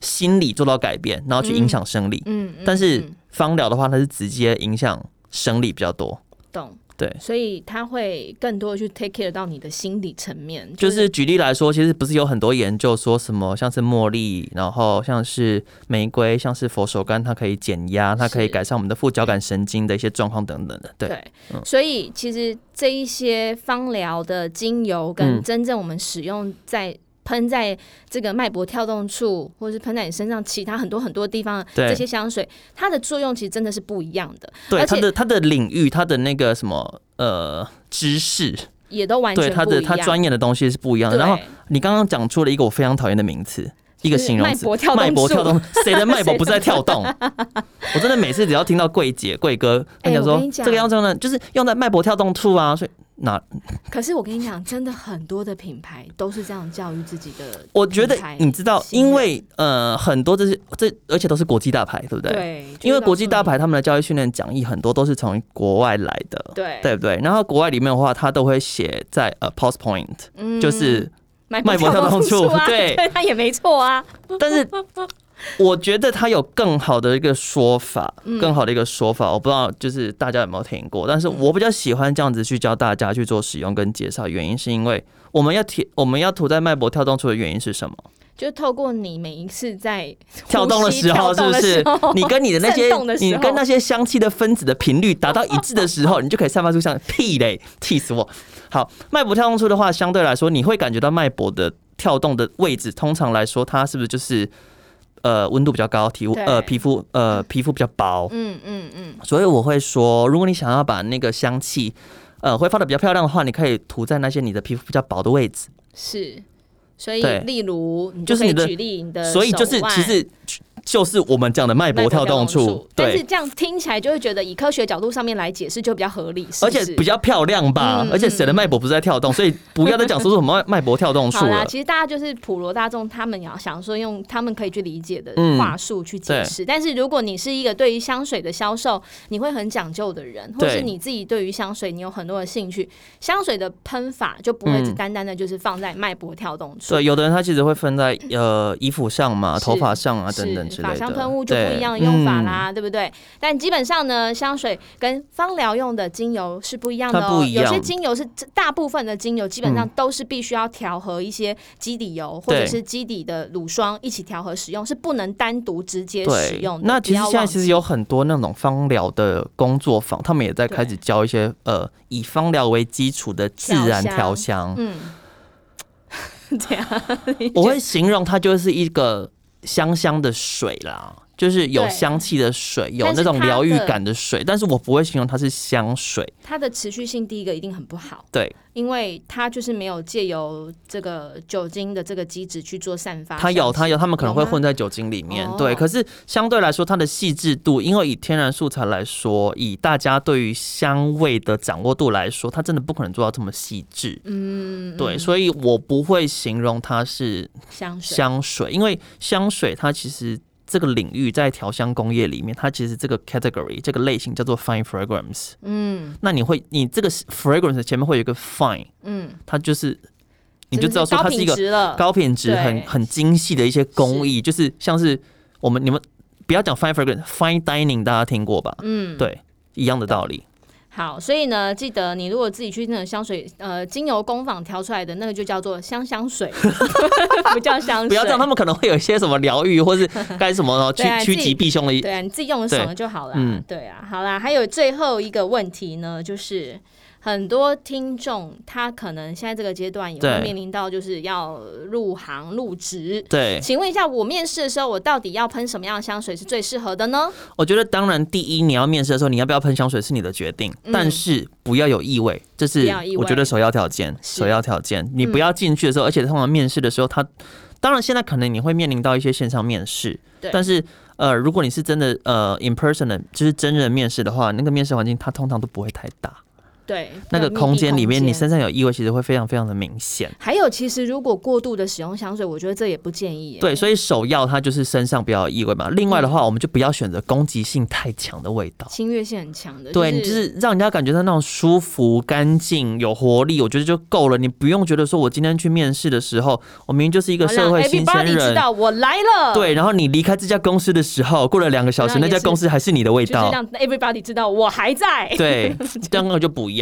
心理做到改变，然后去影响生理。
嗯，嗯
但是
嗯
芳疗的话，它是直接影响生理比较多。
懂。
对，
所以他会更多的去 take care 到你的心理层面，
就是举例来说，其实不是有很多研究说什么像是茉莉，然后像是玫瑰，像是佛手柑，它可以减压，它可以
是
改善我们的副交感神经的一些状况等等的。对，嗯
对，所以其实这一些芳疗的精油跟
嗯
真正我们使用在。喷在这个脉搏跳动处，或是喷在你身上其他很多很多地方，
对
这些香水它的作用其实真的是不一样的，
对，
而且
它的它的领域，它的那个什么呃知识，
也都完
对
全
它
不一
的
样。
它专业的东西是不一样的。
对
然后你刚刚讲出了一个我非常讨厌的名词。一个
就是
形容词
脉搏跳，动
脉搏
术
跳 动，谁的脉
谁
搏
的
不是在跳动？我真的每次只要听到桂姐、桂哥，他
哎
讲
我
说
跟你
这
讲
个要用呢，就是用在脉搏跳动处啊，所以哪
可是我跟你讲，真的很多的品牌都是这样教育自己的。
我觉得你知道，
信任
因为呃，很多这些这而且都是国际大牌，对不对？
对，
因为国际大
牌
牌他们的教育训练讲义很多都是从国外来的，
对
对不对？然后国外里面的话，它都会写在呃 pause point，
嗯
就是，
脉
脉搏跳动
处
处
啊，
对
对，它也没错啊。
但是我觉得它有更好的一个说法，更好的一个说法，我不知道就是大家有没有听过，但是我比较喜欢这样子去教大家去做使用跟介绍，原因是因为我们要提我们要涂在脉搏跳动处的原因是什么？
就透过你每一次在
跳动的时候，是不
呼吸
是
跳动的时候？
你跟你的 那些
震动的，时候
你跟那些香气的分子的频率达到一致的时候，你就可以散发出像屁嘞，气死我！好，脉搏跳动出的话，相对来说，你会感觉到脉搏的跳动的位置，通常来说，它是不是就是呃温度比较高，体
对
呃皮肤呃皮肤比较薄？
嗯嗯嗯，
所以我会说，如果你想要把那个香气呃挥发的比较漂亮的话，你可以涂在那些你的皮肤比较薄的位置。
是。所以
对，
例如你
就是
可以
你的
举例你的呃手
所
腕，
以就是其实就是我们讲的脉
脉
搏跳动处
处，，但
对
是。这样听起来就会觉得以科学角度上面来解释就比较合理，是
而
不
且
是
比较漂亮吧，
嗯
而且谁的脉搏不是在跳动，所以不要再讲说什么脉搏跳动术
好啦，
了。
其实大家就是普罗大众，他们也要想说用他们可以去理解的
嗯
话术去解释。但是如果你是一个对于香水的销售，你会很讲究的人，或
对
是你自己对于香水你有很多的兴趣，香水的喷法就不会
嗯
只单单的就是放在脉搏跳动处。
对，有的人他其实会分在呃衣服上嘛、
是
头发上啊
是
等等之类
法
的。
香喷雾就不
对嗯
一样的用法。啦，对不对？但基本上呢，香水跟芳疗用的精油是不一样的
它
哦。
不一样嗯
有些精油是大部分的精油基本上都是必须要调和一些基底油或者
对
是基底的乳霜一起调和使用，是不能单独直接
嗯
使
对
用的。，
那其实
不要
现在
忘
其实
记
有很多那种芳疗的工作坊，他们也在开始教一些呃以芳疗为基础的自然
调香
调香。
嗯，这样
我会形容它就是一个香香的水啦，就是有
对
香气的水，有
但是
那种
它
疗愈
的
感的水，但是我不会形容它是香水。
它的持续性第一个一定很不好。
对，
因为它就是没有借由这个酒精的这个机制去做散发香气，
它有，它有，他们可能会
有吗
混在酒精里面。
哦
对，可是相对来说，它的细致度，因为以天然素材来说，以大家对于香味的掌握度来说，它真的不可能做到这么细致。嗯，对，所以我不会形容它是
香水，
香水，因为香水它其实这个领域在调香工业里面，它其实这个 category 这个类型叫做 fine fragrance。
嗯
那你会，你这个 fragrance 前面会有一个 fine，
嗯。
它就是你
真的
就知道说
高
它是一
品
个
质了，
高品质、
对
很很精细的一些工艺，就是像是我们你们不要讲 fine fragrance fine dining，大家听过吧？嗯，对，一样的道理。
好，所以呢，记得你如果自己去那种香水，呃，精油工坊调出来的那个就叫做香香水， 不叫香水。
不要这样，他们可能会有一些什么疗愈， 或是该什么
对啊
趋趋
自
吉
己
避凶的一。
对啊，你自己用得爽了就好啦。
嗯
对啊，好啦，还有最后一个问题呢，就是很多听众他可能现在这个阶段也
对
会面临到就是要入行入职。
对，
请问一下，我面试的时候，我到底要喷什么样的香水是最适合的呢？
我觉得当然，第一你要面试的时候，你要不要喷香水是你的决定，
嗯
但是不要有异味，这
不
是
要有异味
我觉得首要条件。
是
首要条件，你不要进去的时候，而且通常面试的时候，他当然现在可能你会面临到一些线上面试
对，
但是呃，如果你是真的呃 in person 的，就是真人面试的话，那个面试环境它通常都不会太大，
对，
那个
密闭
空间里面你
空间
身上有异味，其实会非常非常的明显。
还有，其实如果过度的使用香水，我觉得这也不建议耶。
对，所以首要它就是身上不要有异味嘛。另外的话，我们就不要选择攻击性太强的味道。
侵略性很强的。
对你就是让人家感觉到那种舒服、干净、有活力，我觉得就够了。你不用觉得说我今天去面试的时候，我明明就是一个
好让
社会新鲜
everybody 知
人，
道我来了。，
对。然后你离开这家公司的时候，过了两个小时，
那
那
也
家公司还是你的味
就是
道。
让 everybody 知道我还在。
对，这样就不要。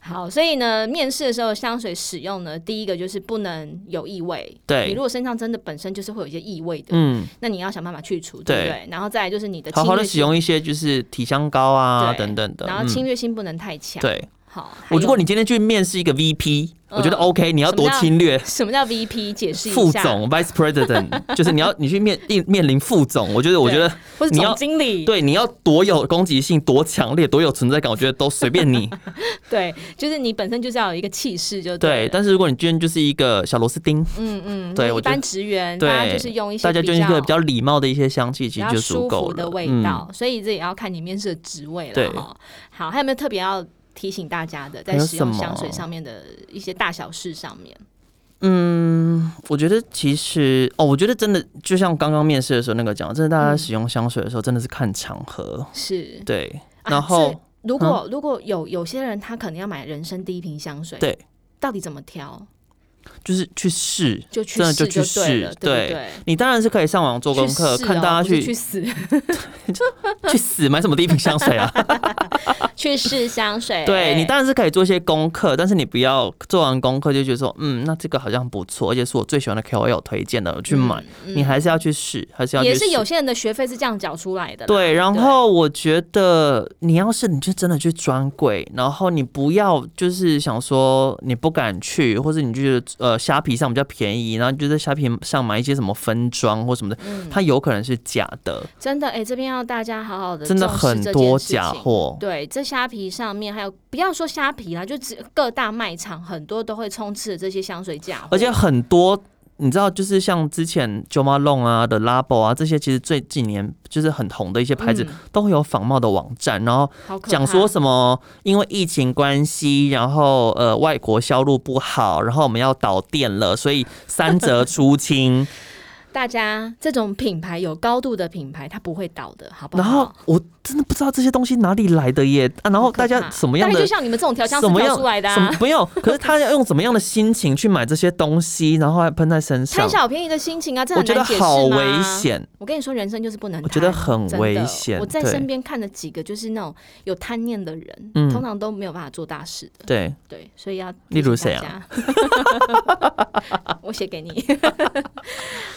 好，所以呢，面试的时候香水使用呢，第一个就是不能有异味。
对
你如果身上真的本身就是会有一些异味的，
嗯，
那你要想办法去除，对不
对
对？然后再来就是你的
好好
侵略
的
性
使用一些就是体香膏啊
对
等等的。
然后
嗯
侵略性不能太强。，
对，
好，
我
还有
如果你今天去面试一个 VP，我觉得
嗯
OK，你要
什么
多
叫
侵略。
什么叫 VP 解释一
副
下，
总 （Vice President） 就是你要你去面应面临副总，我觉得我觉得
或是
你要
总经理，
对，你要多有攻击性、多强烈、多有存在感，我觉得都随便 你。
对，就是你本身就是要有一个气势，就对
对
了，
但是如果你今天就是一个小螺丝钉，
嗯嗯，
对
那
我
一
觉得
般职员
对
大家就是用一些
大家就
比
一
较
个比较礼貌的一些香气，
比
其实
较
就
舒
足够
服
了。嗯
的味道，所以这也要看你面试的职位
对
了哈。好，还有没有特别要提醒大家的，在
还有
使用
什么
香水上面的一些大小事上面？
嗯，我觉得其实哦，我觉得真的就像刚刚面试的时候那个讲，真的大家使用香水的时候真的是看场合。
是，
对，
啊
然后、嗯
是如果、如果有有些人他可能要买人生第一瓶香水，
对，
到底怎么挑？
就是去试，
就去
真的
试
就去
对了，
试
对不
对
对？
你当然是可以上网做功
去
课，
试
看
哦
大家
不是
去
去死
去死买什么第一瓶香水啊。
去试香水，哎
对你当然是可以做一些功课，但是你不要做完功课就觉得说，嗯，那这个好像不错，而且是我最喜欢的 KOL 推荐的，我去买。你还是要去试，还是要去
嗯也是
试
有些人的学费是这样缴出来的啦，
对。然后我觉得你要是你就真的去专柜，然后你不要就是想说你不敢去，或者你就觉得呃虾皮上比较便宜，然后你就在虾皮上买一些什么分装或什么的，
嗯
它有可能是假的，
真的，哎、这边要大家好好的，
真的很多假。货。
对，这虾皮上面还有，不要说虾皮啦，就只各大卖场很多都会充斥着这些香水假货，
而且很多你知道，就是像之前 Jo Malone 啊的 Labo 啊这些，其实最近年就是很红的一些牌子，
嗯
都会有仿冒的网站，然后
好可怕
讲说什么因为疫情关系，然后呃外国销路不好，然后我们要倒店了，所以三折出 清。
大家这种品牌有高度的品牌，它不会倒的，好不好？
然后我真的不知道这些东西哪里来的耶啊！然后
好可
大
怕
家什么样
大概
的
就像你们这种调香师
什么
调
样
出来的、
什么
啊，
没有？可是他要用怎么样的心情去买这些东西，然后还喷在身上
贪，小便宜的心情啊，这
我
很
觉得
难解释
好
吗
危险。
我跟你说，人生就是不能贪，
我觉得很
真的
危险
我在
对
身边看了几个就是那种有贪念的人，
嗯
通常都没有办法做大事的。
对，
对，所以要
例如
提醒
谁
大
啊
家？ 我写给你。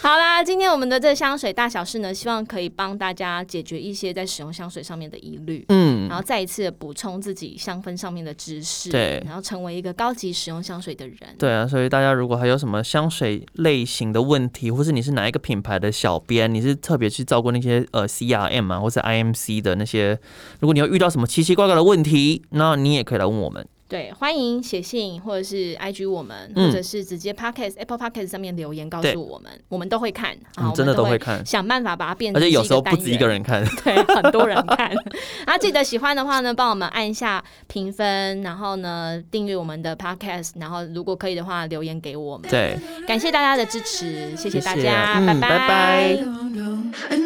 好啦，今天我们的这香水大小事呢，希望可以帮大家解决一些在使用香水上面的疑虑。
嗯
然，后再一次地补充自己香氛上面的知识，
对
然后成为一个高级使用香水的人，
对啊，所以大家如果还有什么香水类型的问题，或是你是哪一个品牌的小编，你是特别去照顾那些呃 CRM 啊，或是 IMC 的那些，如果你有遇到什么奇奇怪怪的问题，那你也可以来问我们。
对，欢迎写信或者是 IG 我们，
嗯
或者是直接 Podcast Apple Podcast 上面留言告
对
诉我们，我们都会看，
我
啊，
们真的
都
都会看，
想办法把它变
而
成，
且有时候不止一个，人看。
对，很多人看。 啊，记得喜欢的话呢，帮我们按一下评分，然后呢订阅我们的 Podcast，然后如果可以的话留言给我们。
对，
感谢大家的支持，谢谢大
谢谢
家，
嗯拜拜
No, no, and